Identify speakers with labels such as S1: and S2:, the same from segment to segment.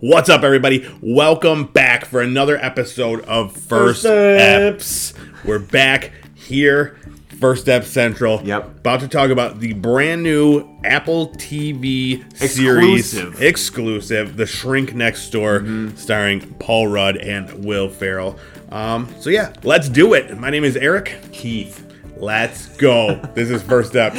S1: What's up, everybody? Welcome back for another episode of First,
S2: First Steps.
S1: Eps. We're back here, First Step Central.
S2: Yep.
S1: About to talk about the brand new Apple TV series
S2: Exclusive. Mm-hmm.
S1: exclusive, The Shrink Next Door, starring Paul Rudd and Will Ferrell. Um, so yeah, let's do it. My name is Eric Keith. Let's go. this is First Step.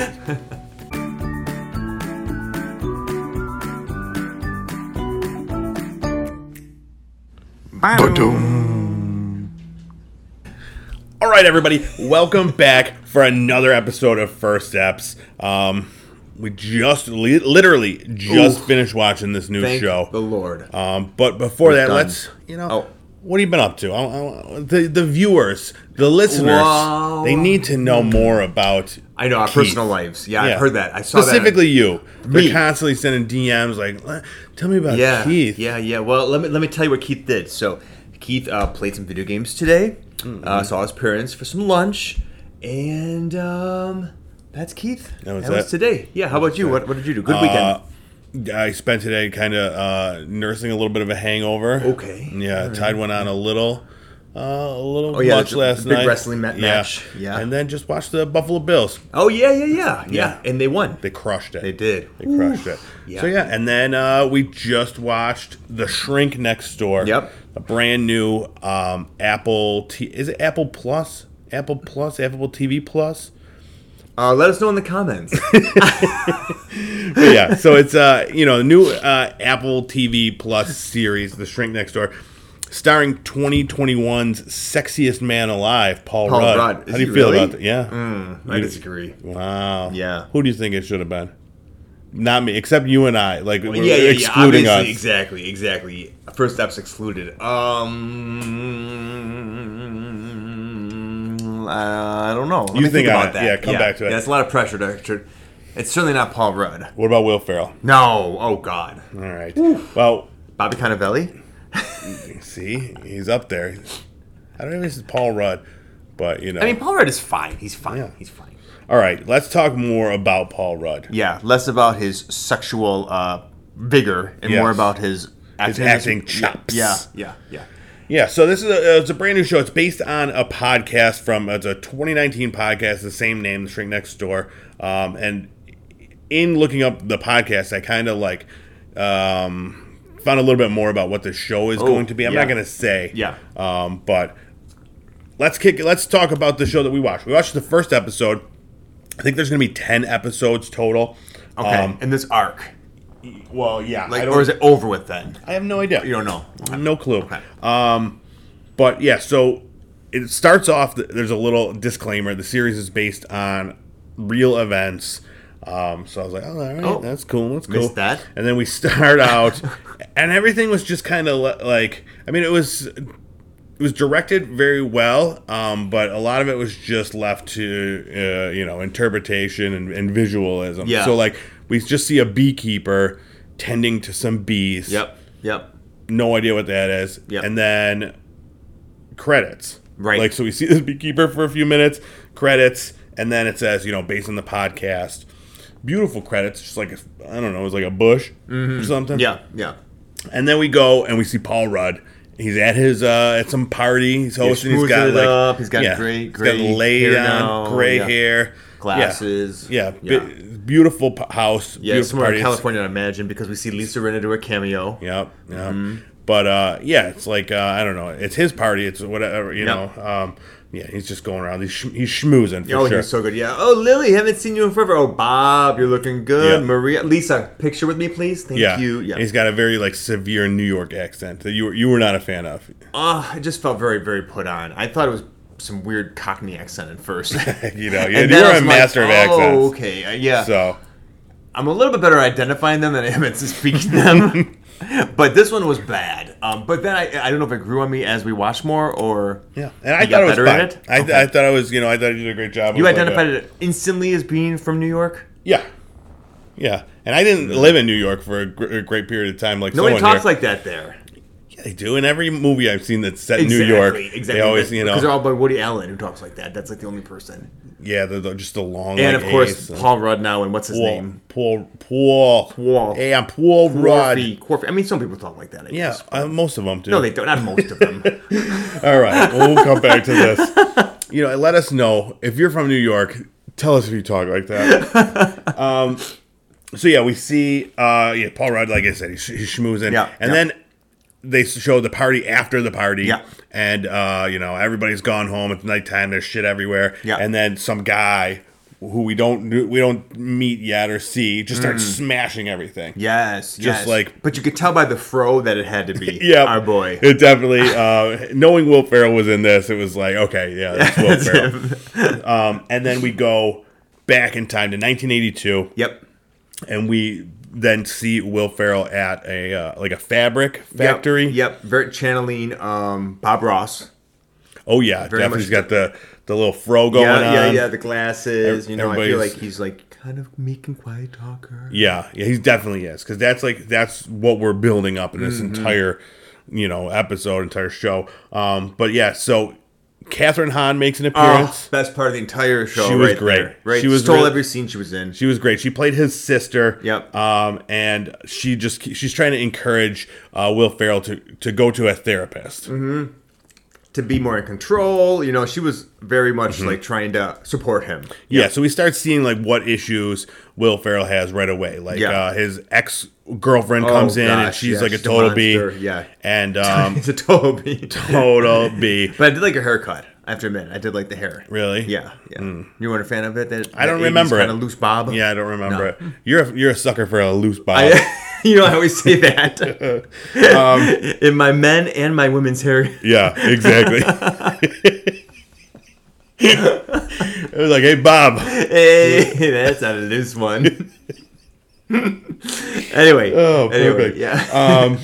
S1: All right, everybody, welcome back for another episode of First Steps. Um, we just li- literally just
S2: Oof.
S1: finished watching this new
S2: Thank the
S1: show.
S2: Lord.
S1: Um, but before that,
S2: done.
S1: let's you know,
S2: Oh.
S1: what have you been up to? I, I, the the viewers, the listeners,
S2: Wow.
S1: they need to know more about.
S2: I know our
S1: Keith.
S2: personal lives. Yeah, I heard that. I saw
S1: specifically you.
S2: Me.
S1: They're constantly sending DMs like, "Le- "Tell me about
S2: That yeah,
S1: Keith."
S2: yeah, yeah. Well, let me let me tell you what Keith did. So, Keith uh, played some video games today.
S1: Mm-hmm.
S2: Uh, saw his parents for some lunch, and um, that's Keith.
S1: That was it.
S2: today. Yeah. How about you? What, what did you do? Good weekend.
S1: Uh, I spent today kind of uh, nursing a little bit of a hangover.
S2: Okay. Oh,
S1: Yeah, Tide went on a little, uh, a little
S2: yeah,
S1: much
S2: the-
S1: last
S2: the big
S1: night.
S2: wrestling ma- match. Yeah.
S1: And then just watched the Buffalo Bills.
S2: Oh yeah, yeah, yeah, yeah, And they won.
S1: They crushed it.
S2: They did.
S1: They crushed it.
S2: Yeah.
S1: So yeah, and then uh, we just watched The Shrink Next Door.
S2: Yep.
S1: A brand new um, Apple T. Is it Apple Plus? Apple Plus? Apple TV Plus?
S2: Uh, let us know in the comments.
S1: But yeah, so it's uh you know new uh, Apple TV Plus series, The Shrink Next Door, starring 2021's sexiest man alive, Paul,
S2: Paul
S1: Rudd.
S2: Rudd. Is
S1: How do you
S2: he
S1: feel
S2: really?
S1: about that? Yeah.
S2: Hmm, I disagree.
S1: Wow.
S2: Yeah.
S1: Who do you think it should have been? Not me, except you and I. Like we're
S2: yeah, yeah,
S1: excluding
S2: yeah.
S1: us.
S2: obviously, Exactly, exactly. First steps excluded. Um, I don't know. Let
S1: You
S2: me
S1: think
S2: think
S1: on
S2: about
S1: it.
S2: that.
S1: Yeah, come back to it.
S2: That's a lot of pressure to. to- it's certainly not Paul Rudd.
S1: What about Will Ferrell?
S2: No. Oh God.
S1: All right. Well,
S2: Bobby Cannavale.
S1: see, he's up there. I don't know if this is Paul Rudd, but you know.
S2: I mean, Paul Rudd is fine. He's fine.
S1: Yeah.
S2: He's fine.
S1: All right, let's talk more about Paul Rudd.
S2: Yeah, less about his sexual uh, vigor and
S1: Yes.
S2: more about his
S1: His acting chops.
S2: Yeah, yeah, yeah.
S1: Yeah, so this is a, uh, it's a brand new show. It's based on a podcast from it's a 2019 podcast, the same name, The Shrink Next Door. Um, and in looking up the podcast, I kind of like um, found a little bit more about what the show is going to be. I'm
S2: Oh, yeah.
S1: not going to say,
S2: Yeah.
S1: um, but let's kick. Let's talk about the show that we watched. We watched the first episode. I think there's going to be ten episodes total.
S2: Okay.
S1: Um,
S2: and this arc,
S1: well, yeah. I,
S2: like,
S1: don't,
S2: or is it over with then?
S1: I have no idea.
S2: You don't know.
S1: No clue. Um, but yeah, so it starts off. th- There's a little disclaimer. The series is based on real events. Um, so I was like, oh, all right,
S2: Oh.
S1: that's cool. That's cool.
S2: Missed that.
S1: And then we start out, and everything was just kind of like, I mean, it was it was directed very well, um, but a lot of it was just left to uh, you know interpretation and, and visualism.
S2: Yeah.
S1: So like we just see a beekeeper tending to some bees
S2: Yep. Yep.
S1: no idea what that is.
S2: Yep.
S1: And then credits.
S2: Right.
S1: Like so we see this beekeeper for a few minutes, credits, and then it says, you know, based on the podcast. Beautiful credits, just like a, I don't know, it was like a bush or something.
S2: Mm-hmm. Yeah. Yeah.
S1: And then we go and we see Paul Rudd. He's at his uh at some party. He's hosting. He's
S2: schmoozing
S1: got
S2: it
S1: like
S2: up. He's got gray-
S1: he's
S2: gray
S1: got laid
S2: hair
S1: on
S2: now.
S1: gray
S2: Yeah.
S1: hair,
S2: Glasses.
S1: Yeah, yeah.
S2: Yeah.
S1: Bi- beautiful p- house.
S2: Yeah,
S1: beautiful
S2: somewhere
S1: party.
S2: in
S1: It's-
S2: California, I imagine, because we see Lisa Rinna do a cameo.
S1: Yep. Yep.
S2: Mm-hmm.
S1: But uh, yeah, it's like uh, I don't know. It's his party. It's whatever you
S2: Yep.
S1: know. Um, yeah, he's just going around. He's sh- he's schmoozing for
S2: oh,
S1: sure.
S2: you're so good. Yeah. Oh, Lily, haven't seen you in forever. Oh, Bob, you're looking good.
S1: Yeah.
S2: Maria, Lisa, picture with me, please. Thank
S1: yeah.
S2: you. Yeah.
S1: He's got a very like severe New York accent that you were, you were not a fan of.
S2: Ah, I just felt very, very put on. I thought it was some weird Cockney accent at first.
S1: You know,
S2: And
S1: you
S2: then I
S1: were a
S2: was like,
S1: master of
S2: Oh,
S1: accents.
S2: okay. Uh, yeah.
S1: So
S2: I'm a little bit better at identifying them than I am at speaking them. but this one was bad. Um, but then I, I don't know if it grew on me as we watched more or.
S1: yeah, and I
S2: You got
S1: thought it was
S2: better at
S1: fine.
S2: it?
S1: I, th- I thought I was you know I thought you did a great job.
S2: You
S1: was like
S2: identified
S1: a-
S2: it instantly as being from New York?
S1: Yeah. Yeah, and I didn't live in New York for a, gr- a great period of time. Like
S2: Mm-hmm. Nobody
S1: someone
S2: talks
S1: here.
S2: like that there.
S1: Yeah, They do in every movie I've seen that's set in New York.
S2: Exactly,
S1: They always, you know,
S2: because they're all by Woody Allen who talks like that. That's like the only person.
S1: yeah, they're, they're just the long.
S2: And
S1: like, uh,
S2: of course,
S1: A's and
S2: Paul Rudd now, and what's his
S1: Paul,
S2: name?
S1: Paul, Paul,
S2: Paul.
S1: Hey, I'm Paul Rudd.
S2: Corfy. Corfy. I mean, some people talk like that. I
S1: Yeah,
S2: guess.
S1: uh, most of them do.
S2: No, they don't. Not most of them.
S1: All right, we'll come back to this. You know, let us know if you're from New York. Tell us if you talk like that. Um, so yeah, we see uh, yeah Paul Rudd, like I said, he's, he's schmoozing,
S2: Yeah,
S1: and
S2: yeah.
S1: then they show the party after the party,
S2: Yeah.
S1: and uh, you know everybody's gone home. It's nighttime. There's shit everywhere,
S2: Yeah.
S1: and then some guy who we don't kn- we don't meet yet or see just starts
S2: Mm.
S1: smashing everything.
S2: yes, yes.
S1: like-
S2: But you could tell by the fro that it had to be
S1: Yeah,
S2: our boy.
S1: It definitely. Uh, knowing Will Ferrell was in this, it was like, okay, yeah, that's Will
S2: That's
S1: Ferrell.
S2: him.
S1: Um, and then we go back in time to 1982,
S2: Yep.
S1: and we then see Will Ferrell at a uh, like a fabric factory.
S2: Yep. yep. Very channeling um, Bob Ross.
S1: Oh yeah, definitely.
S2: much-
S1: He's got the the little fro going
S2: yeah,
S1: on.
S2: yeah, yeah. The glasses. You know, I feel
S1: Everybody's-
S2: like he's like kind of meek and quiet talker.
S1: Yeah, yeah, he's definitely is because that's like that's what we're building up in this
S2: Mm-hmm.
S1: entire, you know, episode, entire show. Um, but yeah, so Catherine Hahn makes an
S2: Oh,
S1: appearance.
S2: best part of the entire show.
S1: She was
S2: right
S1: great.
S2: there, right.
S1: She was
S2: stole
S1: really-
S2: every scene she was in.
S1: She was great. She played his sister.
S2: Yep.
S1: Um, and she just she's trying to encourage uh, Will Ferrell to to go to a therapist.
S2: to be more in control. You know, she was very much
S1: Mm-hmm.
S2: like trying to support him.
S1: Yeah. so we start seeing like what issues Will Ferrell has right away. Like
S2: Yeah. Oh,
S1: uh, his ex girlfriend comes in and
S2: gosh,
S1: she's
S2: yeah,
S1: like a
S2: she's a
S1: total B.
S2: monster, yeah.
S1: and um,
S2: It's a Toby.
S1: total B.
S2: but I did like her haircut. I have to admit, I did like the hair.
S1: Really? Mm.
S2: Yeah. Yeah. You weren't a fan of it? That,
S1: I don't remember
S2: Kind
S1: it.
S2: of loose bob.
S1: Yeah, I don't remember it. You're a, you're a sucker for a loose bob.
S2: you know, I always say that.
S1: Um,
S2: in my men and my women's hair.
S1: yeah, exactly. it was like, hey Bob,
S2: Hey, that's a loose one. anyway.
S1: Oh,
S2: Anyway,
S1: perfect.
S2: yeah.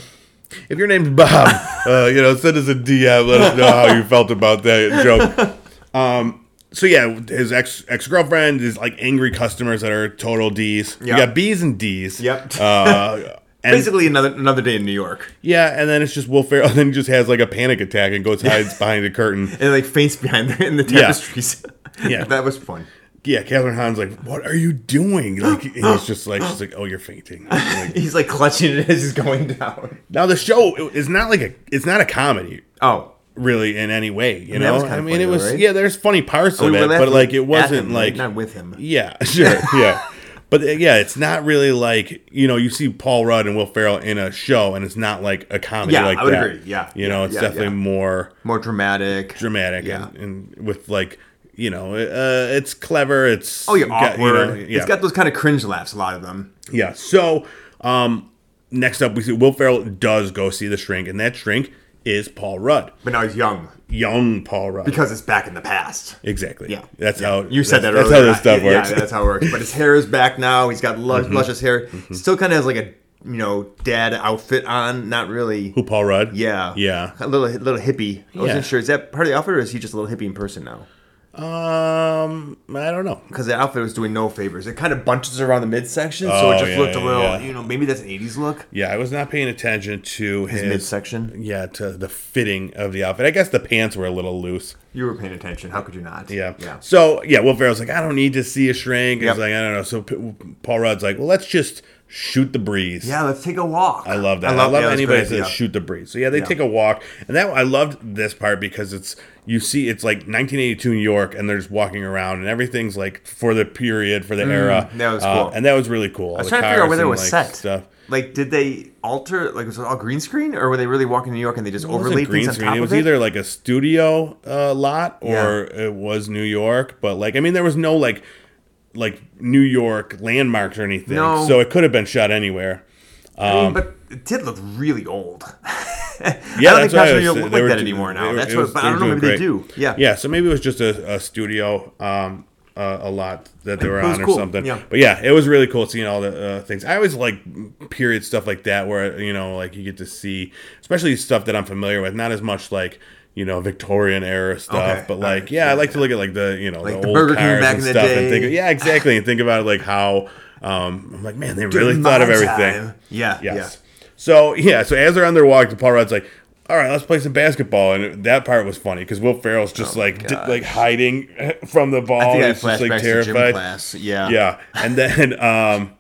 S1: if your name's Bob, uh, you know, send us a DM. Let us know how you felt about that joke. Um, so yeah, his ex ex girlfriend is like angry customers that are total D's. You
S2: Yep.
S1: got B's and D's.
S2: Yep.
S1: Uh, and
S2: Basically, another another day in New York.
S1: yeah, and then it's just Will Ferrell. Then he just has like a panic attack and goes hides behind a curtain.
S2: And like faints behind the, in the tapestries.
S1: Yeah.
S2: that was fun.
S1: Yeah, Catherine Hahn's like, "What are you doing?" Like and he's just like, "She's like, oh, you're fainting." Like,
S2: He's like clutching it as he's going down.
S1: now the show is not like a it's not a comedy
S2: Oh,
S1: really in any way. You
S2: that
S1: know,
S2: was kinda
S1: I mean,
S2: funny
S1: it
S2: though,
S1: was
S2: right?
S1: yeah, there's funny parts
S2: we
S1: of
S2: were
S1: it, but
S2: laughing
S1: like it
S2: at
S1: wasn't
S2: him,
S1: like
S2: not with him.
S1: Yeah, sure, yeah. But uh, yeah, it's not really like you know you see Paul Rudd and Will Ferrell in a show, and it's not like a comedy
S2: Yeah,
S1: like
S2: I would
S1: that.
S2: agree, yeah,
S1: you
S2: yeah,
S1: know, it's
S2: yeah,
S1: definitely
S2: yeah.
S1: more
S2: More dramatic.
S1: dramatic
S2: Yeah.
S1: and, and with like you know uh, it's clever. It's
S2: oh, you're
S1: got-
S2: awkward.
S1: you know,
S2: It's got those kind of cringe laughs. A lot of them.
S1: yeah. So, um, next up, we see Will Ferrell does go see the shrink, and that shrink is Paul Rudd,
S2: But now he's young
S1: young Paul Rudd.
S2: because it's back in the past.
S1: exactly.
S2: Yeah.
S1: That's how
S2: You said that
S1: that's-
S2: earlier.
S1: That's how this stuff
S2: Yeah,
S1: works. Mm-hmm.
S2: Yeah, that's how it works. But his hair is back now. He's got lush, luscious hair. Still kind of has like a you know dad outfit on. Not really.
S1: Who Paul Rudd?
S2: Yeah.
S1: Yeah.
S2: A little little hippie. I
S1: Yeah.
S2: wasn't sure. Is that part of the outfit, or is he just a little hippie in person now?
S1: Um, I don't know.
S2: because the outfit was doing no favors. It kind of bunches around the midsection, so
S1: Oh,
S2: it just
S1: yeah,
S2: looked a
S1: yeah,
S2: little,
S1: yeah.
S2: you know, maybe that's an '80s look.
S1: Yeah, I was not paying attention to his,
S2: midsection.
S1: Yeah, to the fitting of the outfit. I guess the pants were a little loose.
S2: You were paying attention. How could you not?
S1: Yeah.
S2: yeah.
S1: So yeah, Will Ferrell's like, I don't need to see a shrink. He's
S2: Yep.
S1: like, I don't know. So P- Paul Rudd's like, well, let's just shoot the breeze.
S2: Yeah, let's take a walk.
S1: I love that. I love,
S2: yeah, that's
S1: anybody that
S2: crazy,
S1: says
S2: yeah.
S1: shoot the breeze. So yeah, they take a walk, and that I loved this part because it's you see it's like 1982 New York, and they're just walking around, and everything's like for the period, for the era.
S2: Mm, that was
S1: Uh,
S2: cool.
S1: and that was really cool.
S2: I was trying to figure out whether it was set.
S1: Stuff.
S2: Like, did they alter? Like, was it all green screen, or were they really walking to New York and they just
S1: It wasn't
S2: overlaid
S1: green
S2: things on
S1: screen.
S2: top
S1: It was
S2: of it?
S1: either like a studio uh, lot or it was New York, but like I mean, there was no like like New York landmarks or anything,
S2: No.
S1: so it could have been shot anywhere.
S2: I mean, but it did look really old.
S1: um, Yeah,
S2: I don't
S1: that's
S2: think
S1: what I was-
S2: Passion New York
S1: they
S2: look like
S1: were
S2: that
S1: do-
S2: anymore now.
S1: they were-
S2: that's
S1: it
S2: what,
S1: was-
S2: but
S1: they
S2: I
S1: were
S2: don't know. Maybe
S1: doing
S2: they do.
S1: great.
S2: Yeah.
S1: yeah. So maybe it was just a, a studio, um, uh, a lot that they were
S2: It was
S1: on or
S2: cool,
S1: something.
S2: yeah.
S1: But yeah, it was really cool seeing all the uh, things. I always like period stuff like that, where you know, like you get to see, especially stuff that I'm familiar with. Not as much like you know Victorian era stuff,
S2: Okay,
S1: but
S2: all
S1: like
S2: right,
S1: yeah, I like to look at like the you know
S2: Like
S1: the,
S2: the
S1: old
S2: Burger King
S1: cars
S2: back
S1: and
S2: in the
S1: stuff and
S2: day.
S1: think yeah exactly and think about like how um, I'm like man they really
S2: In
S1: thought
S2: my
S1: of everything.
S2: time. Yeah.
S1: Yes. So yeah, so as they're on their walk, Paul Rudd's like, all right, let's play some basketball. And that part was funny because Will Ferrell's just like di-
S2: Oh gosh.
S1: like hiding from the ball.
S2: I think I had
S1: He's just
S2: flashbacks
S1: like
S2: to gym
S1: terrified.
S2: class. Yeah.
S1: Yeah, and then um,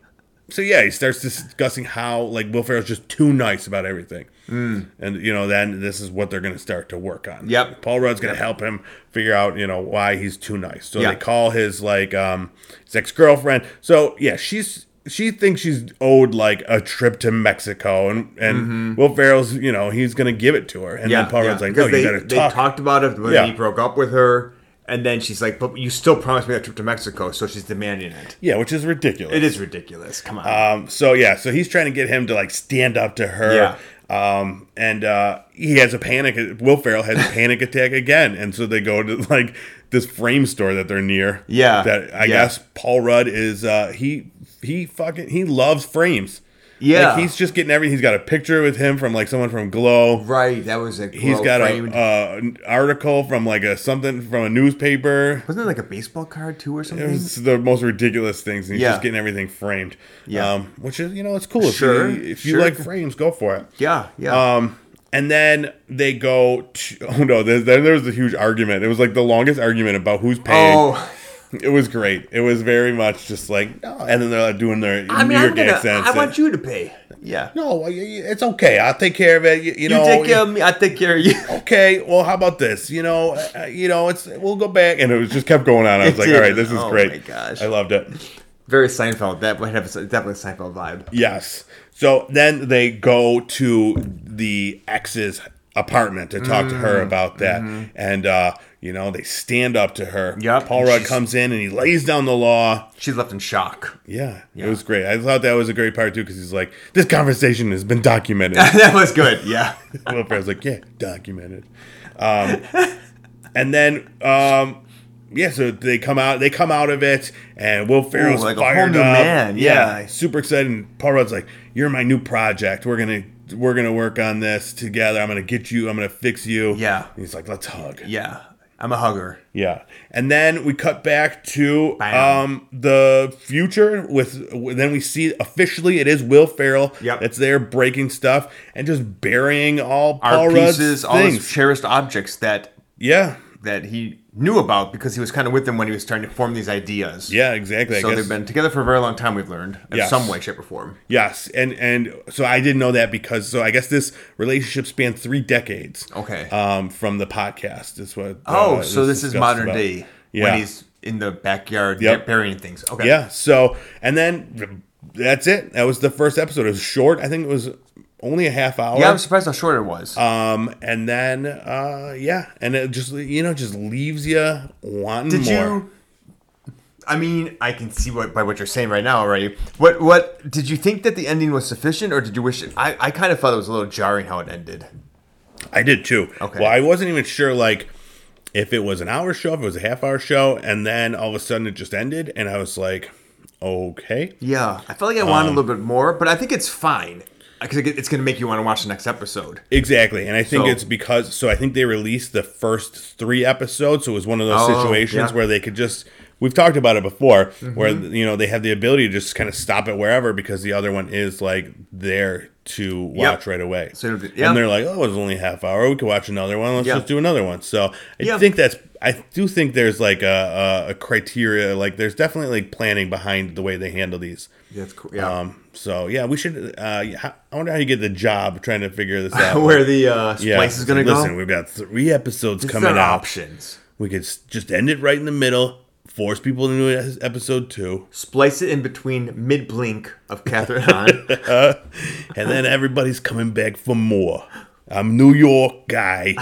S1: so yeah, he starts discussing how like Will Ferrell's just too nice about everything, mm. and you know then this is what they're going to start to work on.
S2: Yep.
S1: Paul Rudd's going to help him figure out you know why he's too nice. So
S2: Yeah.
S1: they call his like um his ex girlfriend. So yeah, she's. She thinks she's owed like a trip to Mexico, and and Will Ferrell's, you know, he's gonna give it to her, and
S2: Mm-hmm. Yeah.
S1: then Paul
S2: yeah.
S1: Rudd's like, no,
S2: Because
S1: you
S2: they,
S1: gotta
S2: they
S1: talk.
S2: talked about it when
S1: Yeah.
S2: he broke up with her. And then she's like, but you still promised me a trip to Mexico. So she's demanding it.
S1: yeah, which is ridiculous.
S2: It is ridiculous. Come on.
S1: Um, so yeah, so he's trying to get him to like stand up to her. Um, and uh, he has a panic. Will Ferrell has a panic attack again, and so they go to like this frame store that they're near.
S2: Yeah,
S1: That I
S2: yeah.
S1: guess Paul Rudd is. Uh, he he fucking he loves frames.
S2: Yeah.
S1: Like, he's just getting everything. He's got a picture with him from like someone from Glow.
S2: right. That was a
S1: He's got
S2: framed.
S1: a uh, an article from like a something from a newspaper.
S2: Wasn't it like a baseball card too or something?
S1: It was the most ridiculous things. And he's
S2: Yeah.
S1: just getting everything framed.
S2: Yeah.
S1: Um, which is, you know, it's cool. If
S2: Sure,
S1: You, if you
S2: sure.
S1: like frames, go for it.
S2: yeah. Yeah.
S1: Um, and then they go to, oh no, there, there there was a huge argument. It was like the longest argument about who's paying.
S2: oh.
S1: It was great. It was very much just like, no. And then they're like doing their
S2: I mean,
S1: New
S2: I'm
S1: York
S2: gonna,
S1: accents.
S2: I
S1: and-
S2: want you to pay. Yeah.
S1: no, y- y- it's okay. I'll take care of it. You, you
S2: You
S1: know,
S2: take care of me. I take care of you.
S1: okay, well, how about this? You know, uh, you know, it's we'll go back, and it was just kept going on. I was like,
S2: did.
S1: all right, this is
S2: Oh
S1: great.
S2: my gosh.
S1: I loved it.
S2: Very Seinfeld. That would have a, definitely a Seinfeld vibe.
S1: Yes. So then they go to the ex's apartment to talk to her about that. And, uh, you know, they stand up to her.
S2: Yep.
S1: Paul Rudd comes in and he lays down the law.
S2: She's left in shock.
S1: Yeah, It was great. I thought that was a great part, too, because he's like, this conversation has been documented.
S2: that was good. Yeah.
S1: Will Ferrell's like, yeah, documented. Um, and then, um, yeah, so they come out. They come out of it, and Will Ferrell's
S2: like a whole
S1: fired
S2: new
S1: up.
S2: man, yeah.
S1: super excited. And Paul Rudd's like, "You're my new project. We're gonna we're gonna work on this together. I'm gonna get you. I'm gonna fix you."
S2: Yeah.
S1: And he's like, "Let's hug."
S2: Yeah. I'm a hugger.
S1: Yeah. And then we cut back to
S2: Bam.
S1: um, the future with then we see officially it is Will Ferrell
S2: Yep.
S1: that's there breaking stuff and just burying all
S2: Our
S1: Paul Rudd's
S2: pieces, all
S1: things.
S2: his cherished objects that
S1: yeah.
S2: that he knew about because he was kind of with them when he was trying to form these ideas.
S1: Yeah, exactly. I
S2: So
S1: guess.
S2: they've been together for a very long time. We've learned in
S1: Yes.
S2: some way, shape, or form.
S1: Yes, and and so I didn't know that because so I guess this relationship spans three decades.
S2: Okay.
S1: Um, from the podcast is what.
S2: Oh,
S1: uh,
S2: so this is
S1: discussed
S2: modern
S1: about.
S2: day
S1: Yeah.
S2: when he's in the backyard
S1: Yep.
S2: burying things. Okay.
S1: Yeah. So and then that's it. That was the first episode. It was short. I think it was only a half hour.
S2: Yeah, I'm surprised how short it was.
S1: Um, and then uh, yeah, and it just you know just leaves you wanting
S2: Did
S1: more.
S2: you? I mean, I can see what by what you're saying right now already. What what did you think that the ending was sufficient, or did you wish? It, I I kind of thought it was a little jarring how it ended.
S1: I did too.
S2: Okay.
S1: Well, I wasn't even sure like if it was an hour show, if it was a half hour show, and then all of a sudden it just ended, and I was like, okay.
S2: Yeah, I felt like I
S1: Um,
S2: wanted a little bit more, but I think it's fine because it's going to make you want to watch the next episode.
S1: Exactly. And I think
S2: So-
S1: it's because so I think they released the first 3 episodes, so it was one of those
S2: Oh,
S1: situations
S2: yeah. Mm-hmm.
S1: where they could just we've talked about it before where you know they have the ability to just kind of stop it wherever because the other one is like there to watch right away.
S2: So it'll be- yeah.
S1: And they're like, "Oh, it was only a half hour. We could watch another one. Let's
S2: Yeah.
S1: just do another one." So, I
S2: Yeah.
S1: think that's I do think there's like a, a, a criteria like there's definitely like planning behind the way they handle these.
S2: That's cool. Yeah,
S1: Um, so yeah, we should. Uh, yeah, I wonder how you get the job trying to figure this out.
S2: where the uh,
S1: Yeah,
S2: place is going to
S1: listen,
S2: go.
S1: Listen, we've got three episodes
S2: It's
S1: coming
S2: not
S1: up.
S2: options.
S1: We could s- just end it right in the middle, force people into es- episode two,
S2: Splice it in between mid blink of Catherine Hahn.
S1: and then everybody's coming back for more. I'm New York guy,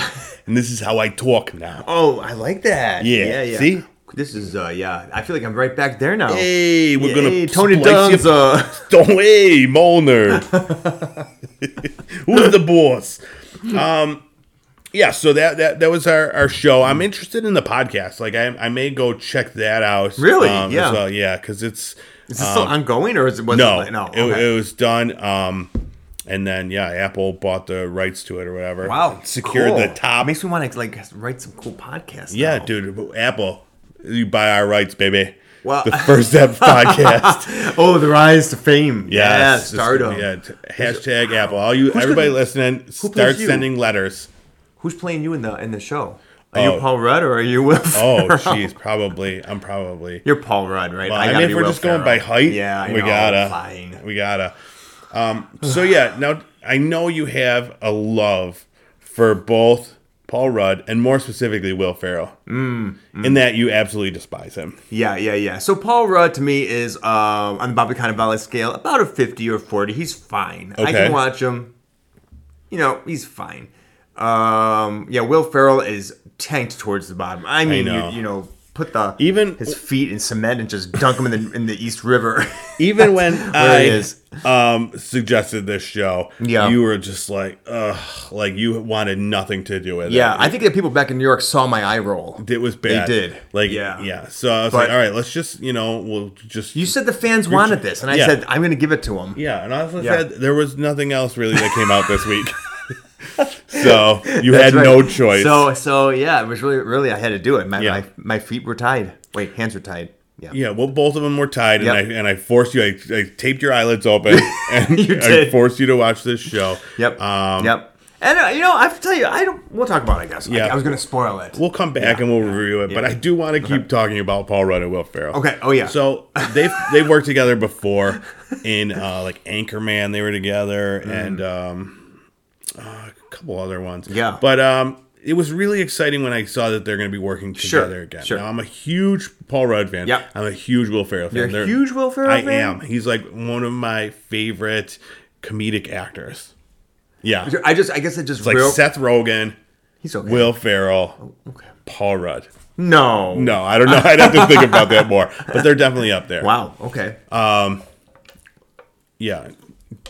S1: and this is how I talk now.
S2: oh, I like that.
S1: Yeah,
S2: yeah, yeah.
S1: see?
S2: This is uh yeah. I feel like I'm right back there now.
S1: Hey, we're
S2: Yay,
S1: gonna
S2: Tony
S1: splice
S2: Dungs.
S1: you-
S2: Uh,
S1: Don't hey, Molnar. Who's the boss? Um, yeah. So that that that was our, our show. I'm interested in the podcast. Like I I may go check that out.
S2: Really?
S1: Um, as
S2: Yeah.
S1: well. Yeah. Because it's
S2: Is this still ongoing or is it was
S1: Um, no
S2: it, no
S1: it,
S2: okay.
S1: it was done. Um, and then yeah, Apple bought the rights to it or whatever.
S2: wow
S1: Secured the
S2: cool.
S1: top.
S2: makes me want to like write some cool podcasts
S1: yeah,
S2: now.
S1: dude. Apple, you buy our rights, baby.
S2: Well-
S1: the first step podcast.
S2: oh, the rise to fame. yeah,
S1: Yes,
S2: stardom.
S1: Yeah, t- hashtag Apple. All you, everybody
S2: gonna-
S1: listening,
S2: plays
S1: start
S2: you?
S1: sending letters.
S2: Who's playing you in the in the show? Are
S1: Oh.
S2: you Paul Rudd or are you Will?
S1: Oh,
S2: Ferrell?
S1: jeez, probably. I'm probably.
S2: You're Paul Rudd, right?
S1: I,
S2: gotta
S1: mean,
S2: be
S1: if we're
S2: Will
S1: just going by
S2: Ferrell.
S1: height,
S2: yeah, I
S1: we
S2: know,
S1: gotta,
S2: Fine.
S1: we gotta. Um, so yeah, now I know you have a love for both Paul Rudd and more specifically Will Ferrell,
S2: Mm,
S1: in that you absolutely despise him.
S2: Yeah, yeah, yeah. So Paul Rudd to me is um, on the Bobby Cannavale scale about a fifty or forty. He's fine. I
S1: Okay.
S2: can watch him. You know, he's fine. Um, yeah, Will Ferrell is tanked towards the bottom. I mean,
S1: know.
S2: You, you know, put the
S1: Even-
S2: his feet in cement and just dunk him in the in the East River.
S1: Even when
S2: where it
S1: I
S2: is.
S1: um, suggested this show,
S2: Yeah.
S1: you were just like, ugh, like you wanted nothing to do with it.
S2: yeah, I think that people back in New York saw my eye roll.
S1: It was bad.
S2: did.
S1: Like, yeah.
S2: Yeah.
S1: Yeah. So I was
S2: But-
S1: like, all right, let's just, you know, we'll just.
S2: You said the fans wanted this, and I
S1: Yeah.
S2: said I'm going to give it to them.
S1: yeah. And as I
S2: Yeah.
S1: said, there was nothing else really that came out this week. so you had
S2: That's
S1: no
S2: right.
S1: choice.
S2: So so yeah, it was really really I had to do it. My
S1: Yeah.
S2: my, my feet were tied. Wait, hands were tied. Yeah.
S1: yeah. Well, both of them were tied.
S2: Yep.
S1: And, I, and I forced you, I, I taped your eyelids open. And
S2: You
S1: I
S2: did.
S1: forced you to watch this show.
S2: Yep.
S1: Um,
S2: yep. And uh, you know, I have to tell you, I don't. We'll talk about it, I guess.
S1: Yeah.
S2: I, I was going to spoil it.
S1: We'll come back and we'll review it, but I do want to keep talking about Paul Rudd and Will Ferrell.
S2: Okay, oh, yeah.
S1: So they've they worked together before in uh, like Anchorman. They were together
S2: Mm-hmm.
S1: and um, uh, a couple other ones.
S2: Yeah.
S1: But um, it was really exciting when I saw that they're going to be working
S2: Sure,
S1: together again.
S2: sure.
S1: Now I'm a huge Paul Rudd fan.
S2: Yep.
S1: I'm a huge Will Ferrell fan.
S2: You're a
S1: They're-
S2: huge Will Ferrell
S1: I
S2: fan?
S1: am. He's like one of my favorite comedic actors. Yeah.
S2: I just, I guess, I just
S1: Like
S2: real.
S1: Seth Rogen,
S2: he's okay.
S1: Will Ferrell,
S2: Oh, okay.
S1: Paul Rudd.
S2: No.
S1: No, I don't know. I'd have to think about that more. But they're definitely up there.
S2: Wow. Okay.
S1: Yeah.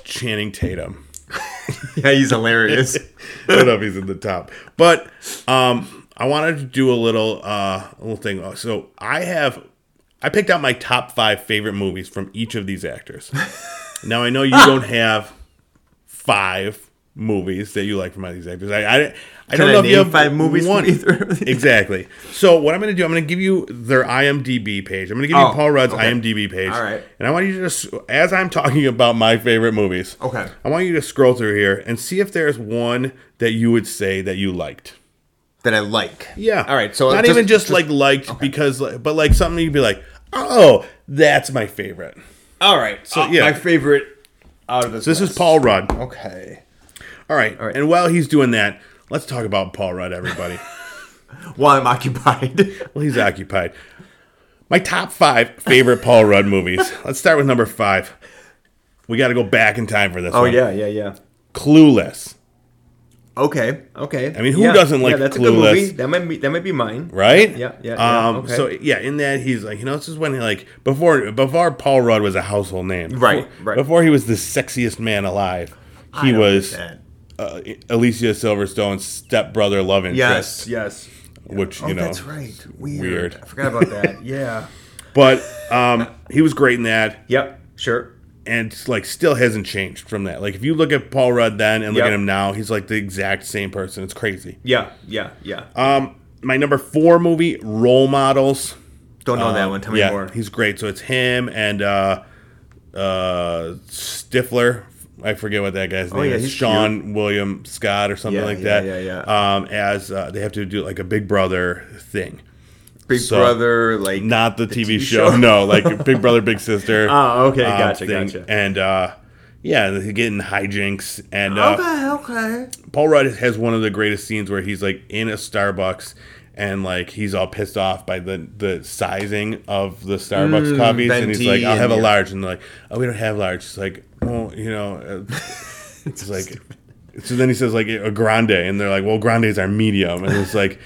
S1: Channing Tatum.
S2: yeah, he's hilarious.
S1: I don't know if he's in the top. But um I wanted to do a little uh little thing. So I have I picked out my top five favorite movies from each of these actors. now I know you don't have five movies that you like from these actors. I I, I don't
S2: I
S1: know if you
S2: name
S1: have
S2: five movies from
S1: one.
S2: either of these?
S1: exactly. So what I'm going to do, I'm going to give you their IMDb page. I'm going to give
S2: Oh,
S1: you Paul Rudd's
S2: okay.
S1: IMDb page.
S2: All right.
S1: And I want you to just, as I'm talking about my favorite movies,
S2: Okay.
S1: I want you to scroll through here and see if there's one that you would say that you liked.
S2: that I like.
S1: Yeah.
S2: All right. So
S1: not even just, like liked because, like, but like something you'd be like, oh, that's my favorite.
S2: All right. So
S1: yeah.
S2: my favorite out of this.
S1: This is
S2: list.
S1: Paul Rudd.
S2: Okay.
S1: All right.
S2: right.
S1: And while he's doing that, let's talk about Paul Rudd, everybody.
S2: While I'm occupied.
S1: well, he's occupied. My top five favorite Paul Rudd movies. Let's start with number five. We got to go back in time for this one.
S2: oh yeah, yeah, yeah.
S1: Clueless,
S2: Okay. Okay. I
S1: mean, who doesn't like
S2: yeah, that's
S1: Clueless?
S2: A good movie. That might be that might be mine.
S1: right?
S2: Yeah, yeah, yeah,
S1: um,
S2: okay.
S1: So yeah, in that he's like, you know, this is when he like before before Paul Rudd was a household name,
S2: Right,
S1: Before,
S2: right.
S1: Before he was the sexiest man alive, he
S2: don't
S1: was
S2: like that.
S1: uh, Alicia Silverstone's stepbrother love interest,
S2: Yes. Yes. Oh,
S1: which you know,
S2: that's right. Weird.
S1: weird.
S2: I forgot about that. yeah.
S1: but um, he was great in that.
S2: Yep. Sure.
S1: and like still hasn't changed from that. Like if you look at Paul Rudd then and look
S2: Yeah.
S1: at him now, he's like the exact same person. It's crazy.
S2: Yeah. Yeah. Yeah.
S1: Um, my number four movie, Role Models.
S2: Don't know that one. Tell me
S1: Um, yeah,
S2: more.
S1: he's great. So it's him and uh, uh, Stifler. I forget what that guy's name
S2: Oh, yeah,
S1: is.
S2: he's
S1: Sean William Scott or something
S2: Yeah,
S1: like
S2: yeah,
S1: that.
S2: yeah,
S1: Um, as uh, they have to do like a Big Brother thing.
S2: Big
S1: so-
S2: Brother. Like.
S1: not the, TV,
S2: TV
S1: show.
S2: show?
S1: No, like Big Brother, Big Sister. uh,
S2: Oh, okay, gotcha, gotcha.
S1: And uh, yeah, they're getting hijinks. And uh,
S2: okay. Okay.
S1: Paul Rudd has one of the greatest scenes where he's like in a Starbucks and like he's all pissed off by the the sizing of the Starbucks coffees, and he's
S2: Mm, venti
S1: like, "I'll have
S2: and-
S1: a large," and they're like, "Oh, we don't have large." It's like, "Oh, you know," uh, it's like. So then he says like a grande, and they're like, "Well, grandes are medium," and it's like.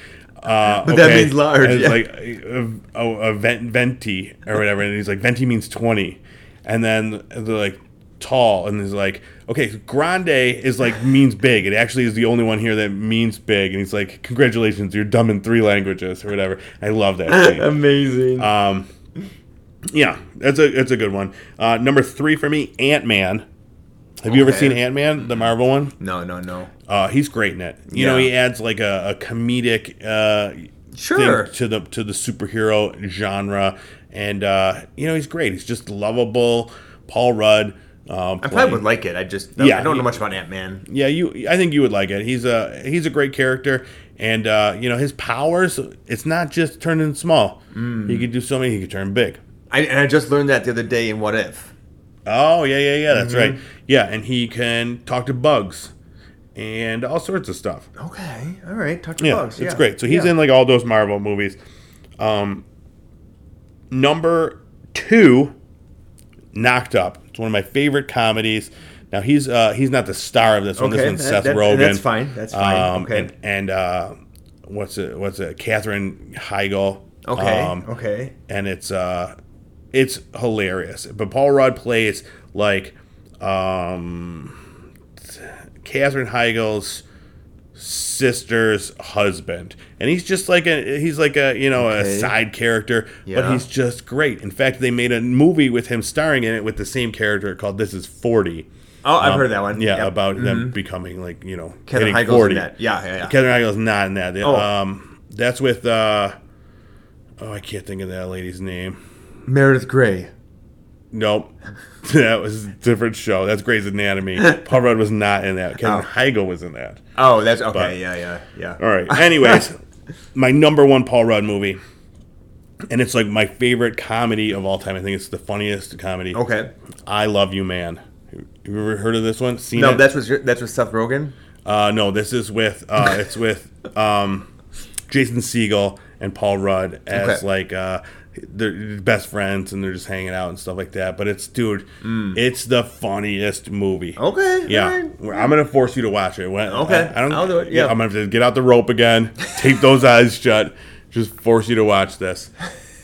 S1: Uh,
S2: But that
S1: okay.
S2: means large,
S1: And it's
S2: yeah.
S1: like a, a, a vent, venti or whatever, and he's like venti means twenty, and then they're like tall, and he's like, okay, grande is like means big. It actually is the only one here that means big, and he's like, congratulations, you're dumb in three languages or whatever. I love that. Scene.
S2: Amazing.
S1: Um, yeah, that's a that's a good one. Uh, number three for me, Ant Man. Have you ever
S2: Okay.
S1: seen Ant Man, the Marvel one?
S2: no. No. No.
S1: Uh, he's great in it. You know,
S2: Yeah.
S1: he adds like a, a comedic uh,
S2: Sure.
S1: to the to the superhero genre, and uh, you know he's great. He's just lovable. Paul Rudd. Um,
S2: I probably would like it. I just
S1: Yeah.
S2: I don't know much about Ant Man.
S1: yeah, you. I think you would like it. He's a he's a great character, and uh, you know his powers. It's not just turning small.
S2: Mm.
S1: He could do so many. He could turn big.
S2: I, and I just learned that the other day in What If.
S1: Oh yeah, yeah, yeah. That's
S2: Mm-hmm.
S1: right. Yeah, and he can talk to bugs, and all sorts of stuff.
S2: Okay, all right. Talk to
S1: Yeah,
S2: bugs.
S1: it's
S2: yeah.
S1: great. So he's
S2: Yeah.
S1: in like all those Marvel movies. Um, number two, Knocked Up. It's one of my favorite comedies. Now he's uh, he's not the star of this one. This
S2: Okay,
S1: one's
S2: that-
S1: Seth
S2: that-
S1: Rogen. Um,
S2: that's fine, that's fine, okay.
S1: And, and uh, what's it? What's it? Catherine Heigl.
S2: Okay.
S1: Um,
S2: okay.
S1: and it's uh it's hilarious. But Paul Rudd plays like um Catherine Heigl's sister's husband. And he's just like a he's like a you know
S2: Okay.
S1: a side character, but
S2: Yeah.
S1: he's just great. In fact, they made a movie with him starring in it with the same character called This Is 40.
S2: Oh, I've heard that one.
S1: Um, Yeah,
S2: Yep. Mm-hmm.
S1: about them becoming like, you know,
S2: Kevin
S1: hitting
S2: Heigl's
S1: 40.
S2: in that. Yeah, yeah, yeah.
S1: Kevin Heigl's not in that.
S2: Oh.
S1: Um, that's with uh, oh, I can't think of that lady's name.
S2: Meredith Grey.
S1: Nope, that was a different show. That's Grey's Anatomy. Paul Rudd was not in that. Kevin
S2: Oh.
S1: Heigl was in that.
S2: Oh, that's okay. yeah, yeah, yeah.
S1: All right. Anyways, my number one Paul Rudd movie, and it's like my favorite comedy of all time. I think it's the funniest comedy.
S2: Okay.
S1: I love you, man. Have you ever heard of this one? Seen
S2: No,
S1: it?
S2: that's what's that's with Seth Rogen.
S1: Uh, no, this is with uh, it's with um, Jason Segel and Paul Rudd as
S2: Okay.
S1: like uh, they're best friends and they're just hanging out and stuff like that. But it's dude,
S2: Mm.
S1: it's the funniest movie.
S2: Okay, all
S1: yeah,
S2: right.
S1: Well, I'm gonna force you to watch it. When,
S2: Okay,
S1: I, I don't.
S2: I'll do it, yeah.
S1: I'm gonna have to get out the rope again, tape those eyes shut, just force you to watch this.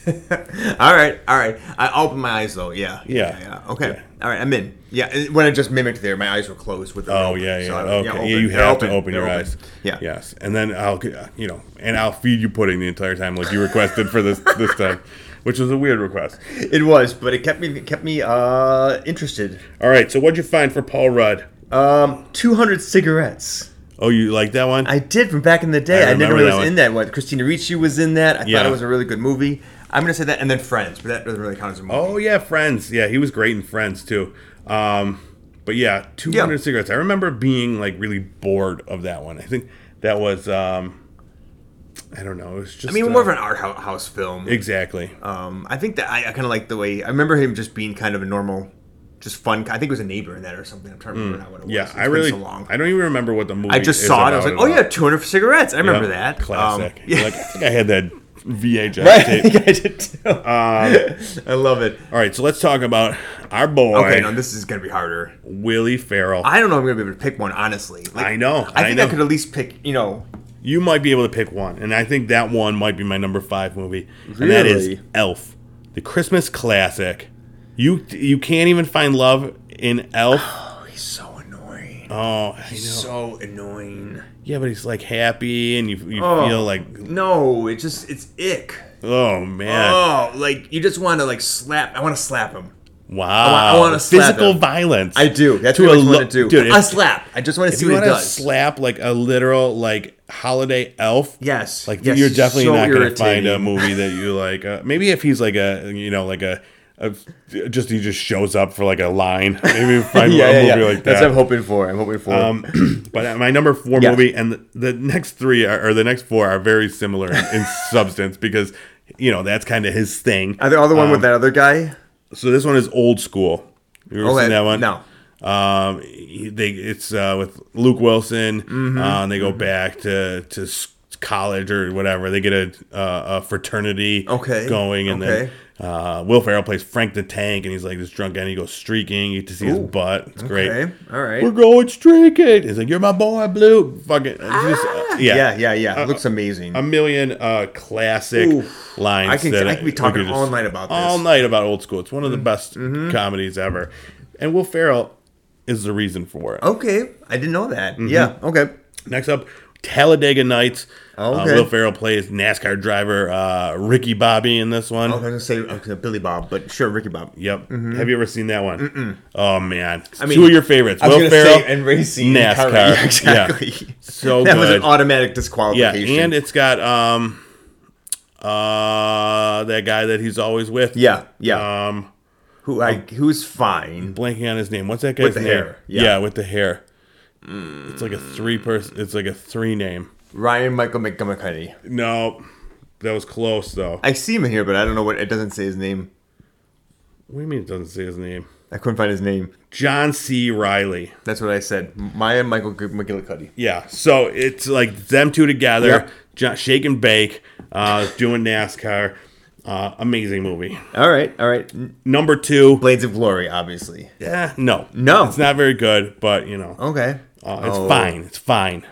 S2: All right, all right. I opened my eyes though. Yeah,
S1: Yeah.
S2: yeah. Okay, all right. I'm in. Yeah, and when I just mimicked there, my eyes were closed with. The
S1: Oh
S2: rope,
S1: yeah, yeah.
S2: so I-
S1: okay,
S2: open.
S1: yeah, you
S2: They're
S1: have to
S2: open.
S1: open your
S2: They're
S1: eyes.
S2: Yeah,
S1: Yes, and then I'll, you know, and I'll feed you pudding the entire time, like you requested for this this time, which was a weird request.
S2: It was, but it kept me it kept me uh interested.
S1: All right, so what'd you find for Paul Rudd?
S2: Um, 200 cigarettes.
S1: Oh, you like that one?
S2: I did from back in the day.
S1: I
S2: I, didn't
S1: remember
S2: know it was
S1: that one.
S2: in that one. Christina Ricci was in that. I
S1: Yeah.
S2: thought it was a really good movie. I'm gonna say that, and then Friends, but that doesn't really count as a movie.
S1: oh yeah, Friends. Yeah, he was great in Friends too. Um, but yeah, two hundred
S2: Yeah.
S1: cigarettes. I remember being like really bored of that one. I think that was, um, I don't know, it was just.
S2: I mean,
S1: uh,
S2: more of an art hou- house film.
S1: exactly.
S2: Um, I think that I, I kind of like the way I remember him just being kind of a normal, just fun. I think it was a neighbor in that or something. I'm trying to remember now what it was.
S1: Mm. yeah,
S2: It's
S1: I
S2: been
S1: really.
S2: so long.
S1: I don't even remember what the movie.
S2: I just
S1: is
S2: saw it. I was like,
S1: about
S2: oh
S1: at all.
S2: yeah, 200 for cigarettes. I remember
S1: Yeah,
S2: that. Um,
S1: Classic. You're
S2: yeah.
S1: like, I think I had that VHS
S2: I
S1: tape.
S2: think I did too.
S1: Um,
S2: I love it.
S1: All right, so let's talk about our boy
S2: Okay, no, this is gonna be harder.
S1: Willie Farrell.
S2: I don't know. if I'm gonna be able to pick one honestly. Like,
S1: I know, I
S2: I think I,
S1: know.
S2: could at least pick. You know,
S1: you might be able to pick one, and I think that one might be my number five movie, and that is
S2: Really?
S1: Elf, the Christmas classic. You you can't even find love in Elf.
S2: oh, he's so annoying.
S1: Oh, I know.
S2: so annoying.
S1: yeah, but he's like happy, and you you
S2: Oh.
S1: feel like
S2: No, it's just it's ick.
S1: oh man,
S2: Oh, like you just want to like slap. I want to slap him.
S1: wow,
S2: Oh, I wanna slap
S1: physical
S2: him.
S1: violence.
S2: I do. That's
S1: To
S2: what
S1: a
S2: I
S1: lo-
S2: want to do.
S1: Dude, if-
S2: a slap. I just want to
S1: If
S2: see
S1: you
S2: what
S1: want
S2: it
S1: to
S2: does.
S1: slap like a literal like holiday elf,
S2: yes.
S1: Like
S2: yes,
S1: you're
S2: he's
S1: definitely
S2: so
S1: not going to
S2: irritating.
S1: find a movie that you like. Uh, maybe if he's like a you know like a, a just he just shows up for like a line. Maybe you find
S2: Yeah,
S1: a
S2: yeah, yeah.
S1: movie like
S2: That's what I'm
S1: that.
S2: hoping for. I'm hoping for.
S1: Um, but my number four
S2: Yeah.
S1: movie and the, the next three are, or the next four are very similar in, in substance because you know that's kind of his thing.
S2: Are they all the one
S1: um,
S2: with that other guy?
S1: So this one is old school. You ever
S2: Okay,
S1: seen that one?
S2: no.
S1: Um, he- they it's uh, with Luke Wilson.
S2: Mm-hmm.
S1: Uh, and they go back to to s- college or whatever. They get a uh, a fraternity
S2: Okay,
S1: going, and
S2: okay.
S1: then uh, Will Ferrell plays Frank the Tank, and he's like this drunk guy. and He goes streaking. You get to see his butt. It's great.
S2: Okay. All right.
S1: We're going streaking. He's like, "You're my boy, Blue." Fucking it's just, uh, yeah.
S2: Ah. yeah, yeah, yeah. Looks amazing.
S1: A million uh, classic
S2: Oof.
S1: lines.
S2: I can-
S1: that
S2: I could
S1: we
S2: be talking
S1: could
S2: all night about this.
S1: All night about old school. It's one of the
S2: Mm-hmm.
S1: best comedies ever, and Will Ferrell is the reason for it.
S2: okay. I didn't know that.
S1: Mm-hmm.
S2: Yeah. Okay.
S1: Next up, Talladega Nights. Uh,
S2: Okay.
S1: Will Ferrell plays NASCAR driver uh, Ricky Bobby in this one.
S2: I was gonna say okay, Billy Bob, but sure, Ricky Bob.
S1: Yep. Have you ever seen that one? Oh man, It's
S2: mean,
S1: two of your favorites.
S2: I was
S1: Will
S2: gonna
S1: Ferrell
S2: say and racing and
S1: NASCAR.
S2: car- yeah, exactly.
S1: Yeah. So
S2: that
S1: good.
S2: was an automatic
S1: yeah,
S2: disqualification.
S1: and it's got um, Uh, that guy that he's always with.
S2: Yeah, yeah.
S1: Um,
S2: who I who's fine.
S1: blanking on his name. What's that guy's
S2: the
S1: name?
S2: hair, yeah.
S1: Yeah. with the hair. It's like a three person. It's like a three name.
S2: Ryan Michael McGummickety.
S1: No, that was close though.
S2: I see him in here, but I don't know what it doesn't say his name.
S1: What do you mean it doesn't say his name?
S2: I couldn't find his name.
S1: John C. Riley.
S2: That's what I said. Maya Michael McGillicuddy.
S1: Yeah. So it's like them two together,
S2: Yep.
S1: jo- shake and bake, uh, doing NASCAR. Uh, amazing movie.
S2: All right, all right. N-
S1: Number two.
S2: Blades of Glory, obviously.
S1: eh, no,
S2: No.
S1: it's not very good, but you know,
S2: Okay.
S1: uh, it's
S2: Oh,
S1: fine. It's fine.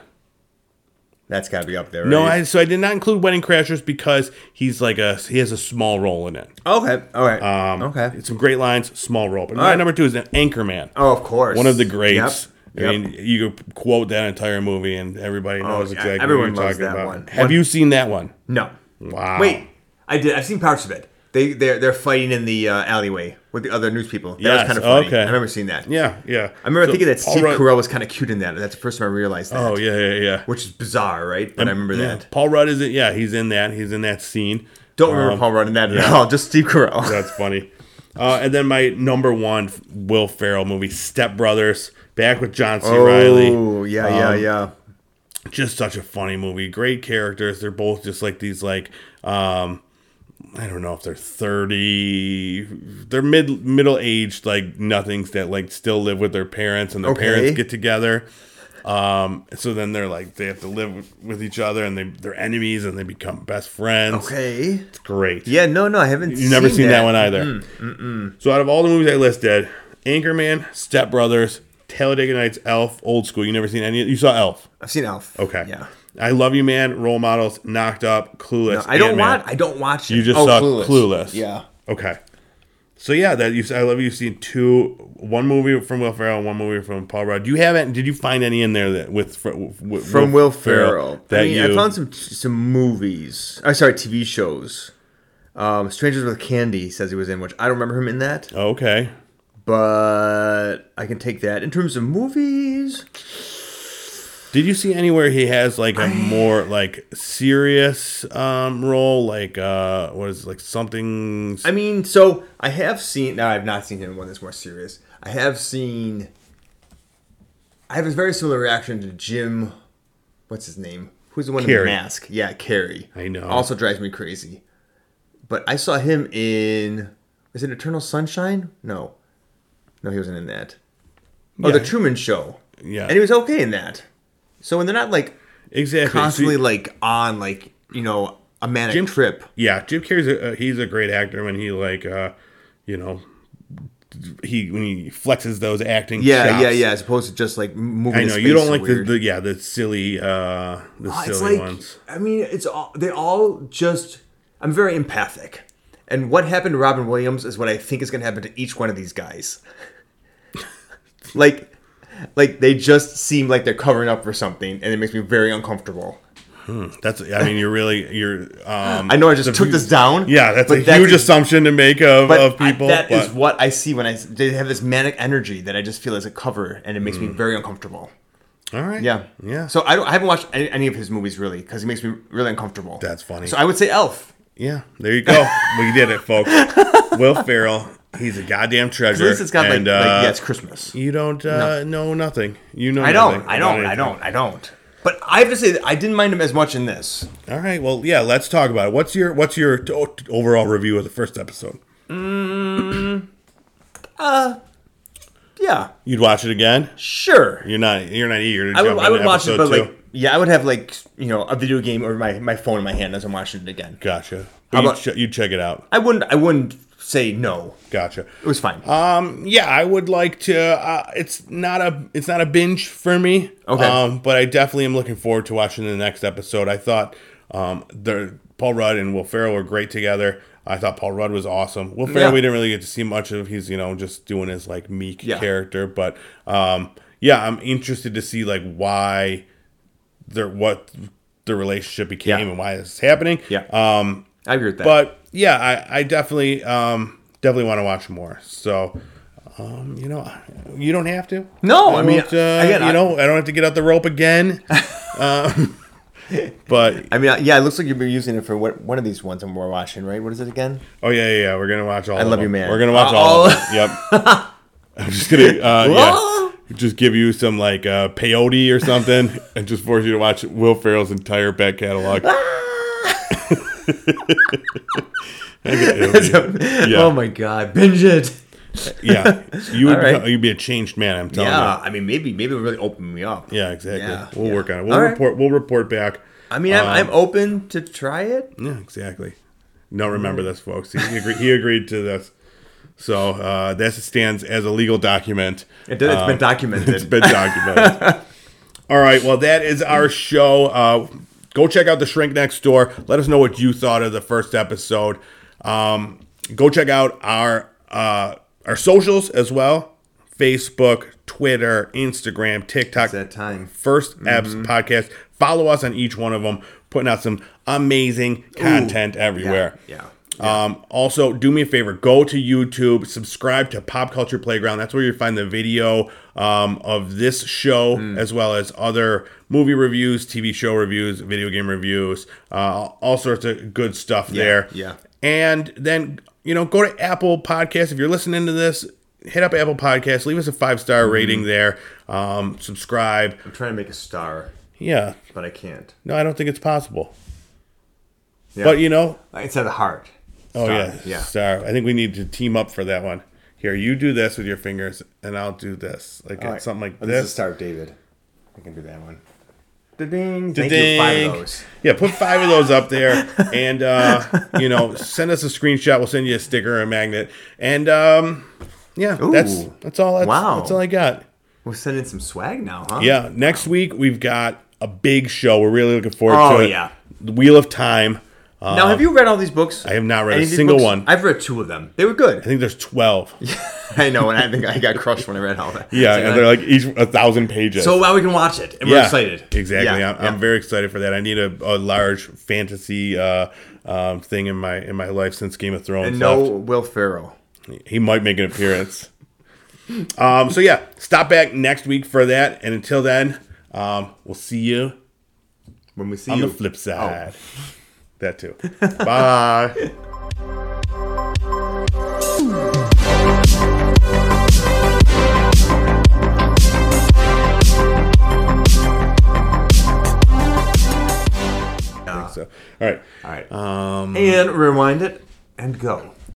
S2: That's got to be up there.
S1: No,
S2: right?
S1: I, so I did not include Wedding Crashers because he's like a he has a small role in it.
S2: Okay, all right.
S1: Um,
S2: okay.
S1: Some great lines, small role. But my
S2: right.
S1: number two is an Anchorman.
S2: Oh, of course.
S1: One of the greats.
S2: Yep. Oh,
S1: I mean, you could quote that entire movie and everybody knows
S2: yeah,
S1: exactly
S2: everyone
S1: what you're
S2: loves
S1: talking
S2: that
S1: about.
S2: one.
S1: Have
S2: One-
S1: you seen that one?
S2: No.
S1: Wow.
S2: Wait, I did. I've seen parts of it. They they're they're fighting in the uh, alleyway with the other news people. That
S1: Yes,
S2: was kind of funny.
S1: okay.
S2: I remember seeing that.
S1: Yeah, yeah.
S2: I remember thinking that Steve
S1: Rudd,
S2: Carell was kind of cute in that. That's the first time I realized that.
S1: Oh yeah, yeah, yeah.
S2: Which is bizarre, right? But I remember
S1: Yeah,
S2: that.
S1: Paul Rudd is it? Yeah, he's in that. He's in that scene.
S2: Don't remember
S1: Um,
S2: Paul Rudd in that at all. Just Steve Carell.
S1: That's funny. Uh, and then my number one Will Ferrell movie, Step Brothers, back with John C. Riley.
S2: Oh, yeah, yeah,
S1: Um,
S2: yeah.
S1: Just such a funny movie. Great characters. They're both just like these like um, I don't know if they're thirty, they're mid middle aged like nothings that like still live with their parents and their
S2: Okay.
S1: parents get together. Um, so then they're like they have to live with, with each other and they they're enemies and they become best friends.
S2: Okay.
S1: It's great.
S2: Yeah, Mm, no, no, I haven't
S1: You've never seen that, one either. So out of all the movies I listed, Anchorman, Step Brothers, Talladega Nights, Elf, Old School. You never seen any? You saw Elf?
S2: I've seen Elf.
S1: Okay.
S2: Yeah.
S1: I Love You Man, Role Models, Knocked Up, Clueless.
S2: No, I don't
S1: Ant-Man.
S2: watch I don't watch it.
S1: You just
S2: Oh,
S1: saw Clueless.
S2: Yeah.
S1: Okay. So yeah, that you I Love You. You've seen two, one movie from Will Ferrell, and one movie from Paul Rudd. Do you have? any- Did you find any in there that with fr- w-
S2: From Will Ferrell.
S1: that
S2: I mean,
S1: you
S2: I found some some movies. I sorry, TV shows. Um, Strangers with Candy says he was in, which I don't remember him in that,
S1: Okay.
S2: but I can take that. In terms of movies,
S1: Did you see anywhere he has like a more like serious um role like uh what is it, like something
S2: I mean, so I have seen. No, I've not seen him in one that's more serious. I have seen. I have a very similar reaction to Jim. What's his name? Who's the one
S1: Carrey.
S2: in the mask? Yeah, Carrie.
S1: I know.
S2: Also drives me crazy. But I saw him in. Is it Eternal Sunshine? No. No, he wasn't in that. Oh, The
S1: Yeah.
S2: Truman Show.
S1: Yeah.
S2: And he was okay in that. So when they're not like
S1: exactly So
S2: constantly
S1: you-
S2: like on like you know a manic
S1: Jim-
S2: trip.
S1: yeah Jim Carrey's a, uh, he's a great actor when he like uh you know he when he flexes those acting
S2: Yeah,
S1: chops.
S2: yeah, yeah. As opposed to just like moving.
S1: I
S2: his
S1: know you
S2: face
S1: don't like the,
S2: weird.
S1: the yeah the silly uh the
S2: Oh, it's
S1: silly
S2: like
S1: ones
S2: I mean, it's all they all just. I'm very empathic, and what happened to Robin Williams is what I think is going to happen to each one of these guys. like, like they just seem like they're covering up for something, and it makes me very uncomfortable.
S1: that's I mean you're really you're um
S2: I know I just took this down.
S1: yeah that's
S2: but
S1: a huge assumption to make of, of people
S2: I, that is
S1: but-
S2: what I see when I s- they have this manic energy that I just feel as a cover, and it makes
S1: Hmm.
S2: me very uncomfortable.
S1: all right
S2: Yeah,
S1: yeah
S2: So I don't. I haven't watched any, any of his movies really because he makes me really uncomfortable.
S1: That's funny.
S2: So I would say Elf.
S1: Yeah, there you go. we did it, folks. Will Ferrell, he's a goddamn
S2: At
S1: treasure.
S2: least it's got
S1: and,
S2: like, like
S1: uh,
S2: yeah, it's Christmas.
S1: You don't uh, know nothing. You know.
S2: I don't.
S1: nothing
S2: I
S1: about
S2: don't. I
S1: anything.
S2: don't. I don't. But I have to say that I didn't mind him as much in this.
S1: All right. Well, yeah. Let's talk about it. What's your What's your t- o- t- overall review of the first episode?
S2: Yeah,
S1: You'd watch it again?
S2: sure.
S1: You're not. You're not eager to
S2: I would,
S1: jump
S2: I would
S1: into
S2: watch it, but
S1: episode two.
S2: like, yeah, I would have like you know a video game or my, my phone in my hand as I'm watching it again.
S1: gotcha.
S2: How
S1: But you
S2: about-
S1: ch- you check it out.
S2: I wouldn't. I wouldn't say no.
S1: Gotcha.
S2: It was fine.
S1: Um, yeah, I would like to. Uh, it's not a it's not a binge for me.
S2: Okay.
S1: Um, but I definitely am looking forward to watching the next episode. I thought um, the Paul Rudd and Will Ferrell were great together. I thought Paul Rudd was awesome. Will Ferrell,
S2: Yeah.
S1: we didn't really get to see much of. He's you know just doing his like meek
S2: Yeah.
S1: character, but um, yeah, I'm interested to see like why their what the relationship became
S2: Yeah.
S1: and why this is happening.
S2: yeah.
S1: Um,
S2: I agree with that.
S1: but yeah, I, I definitely um, definitely want to watch more. So um, you know, you don't have to.
S2: No, I mean,
S1: won't, uh,
S2: again,
S1: you
S2: I-
S1: know, I don't have to get out the rope again. Um, But
S2: I mean, yeah, it looks like you've been using it for what, one of these ones and we're watching, right? What is it again?
S1: oh yeah, yeah, yeah, we're gonna watch all. I
S2: Love You Man.
S1: We're gonna watch
S2: Uh,
S1: all. of
S2: all-
S1: them. Yep. I'm just gonna uh,
S2: Whoa.
S1: yeah, just give you some like uh, peyote or something, and just force you to watch Will Ferrell's entire back catalog. Yeah.
S2: Oh my god, binge it.
S1: yeah, you would
S2: All right.
S1: become- you'd be a changed Oh, man. I'm telling
S2: Yeah, I mean, maybe maybe it'll really open me up.
S1: you. Yeah, exactly.
S2: Yeah,
S1: we'll
S2: yeah.
S1: work on it. We'll
S2: All right.
S1: report. We'll report back.
S2: I mean, I'm,
S1: Um,
S2: I'm open to try it.
S1: Yeah, exactly. No, remember this, folks. He agreed. he agreed to this. So uh, that stands as a legal document.
S2: It does, it's been documented.
S1: um, It's been documented. All right. Well, that is our show. Uh, go check out the Shrink Next Door. Let us know what you thought of the first episode. Um, go check out our uh, our socials as well: Facebook, Twitter, Instagram, TikTok.
S2: It's that time.
S1: 1st
S2: Mm-hmm.
S1: Abs podcast. Follow us on each one of them. Putting out some amazing content everywhere.
S2: Yeah.
S1: Um, also, do me a favor: go to YouTube, subscribe to Pop Culture Playground. That's where you find the video um, of this show,
S2: Mm.
S1: as well as other movie reviews, TV show reviews, video game reviews, uh, all sorts of good stuff there.
S2: yeah.
S1: And then you know, go to Apple Podcasts if you're listening to this. Hit up Apple Podcasts, leave us a five star
S2: Mm-hmm.
S1: rating there. Um, subscribe.
S2: I'm trying to make a star,
S1: Yeah.
S2: but I can't.
S1: No, I don't think it's possible.
S2: Yeah.
S1: But you know,
S2: it's at a heart.
S1: Oh
S2: Star,
S1: yeah,
S2: yeah.
S1: Star. I think we need to team up for that one. Here, you do this with your fingers, and I'll do this, like
S2: All right.
S1: something like
S2: Oh, This is
S1: this.
S2: Star of David. I can do that one. Da-ding.
S1: Ding.
S2: Thank you. Five of those.
S1: Yeah, put five of those up there, and uh, you know, send us a screenshot. We'll send you a sticker or a magnet, and um, yeah, that's
S2: Ooh.
S1: that's all. That's,
S2: Wow.
S1: that's all I got.
S2: We're sending some swag now, huh?
S1: Yeah, next week we've got a big show. We're really looking forward
S2: Oh,
S1: to it.
S2: yeah.
S1: The Wheel of Time. Uh,
S2: Now, have you read all these books? I
S1: have not read a single one.
S2: I've read two of them. They were
S1: I
S2: good.
S1: think there's twelve.
S2: I know, and I think I got crushed when I read all that.
S1: Yeah,
S2: so,
S1: and they're like each a thousand pages.
S2: so now we can watch it, and we're excited.
S1: Exactly.
S2: Yeah,
S1: I'm,
S2: yeah.
S1: I'm very excited for that. I need a, a large fantasy uh, um, thing in my in my life since Game of Thrones.
S2: And no
S1: left.
S2: Will Ferrell.
S1: he might make an appearance. um, so yeah, stop back next week for that. And until then, um, we'll see you
S2: When we see
S1: on
S2: you. Oh.
S1: the flip side. That too. Bye.
S2: Yeah.
S1: So, all right.
S2: All right. Um, and rewind it and go.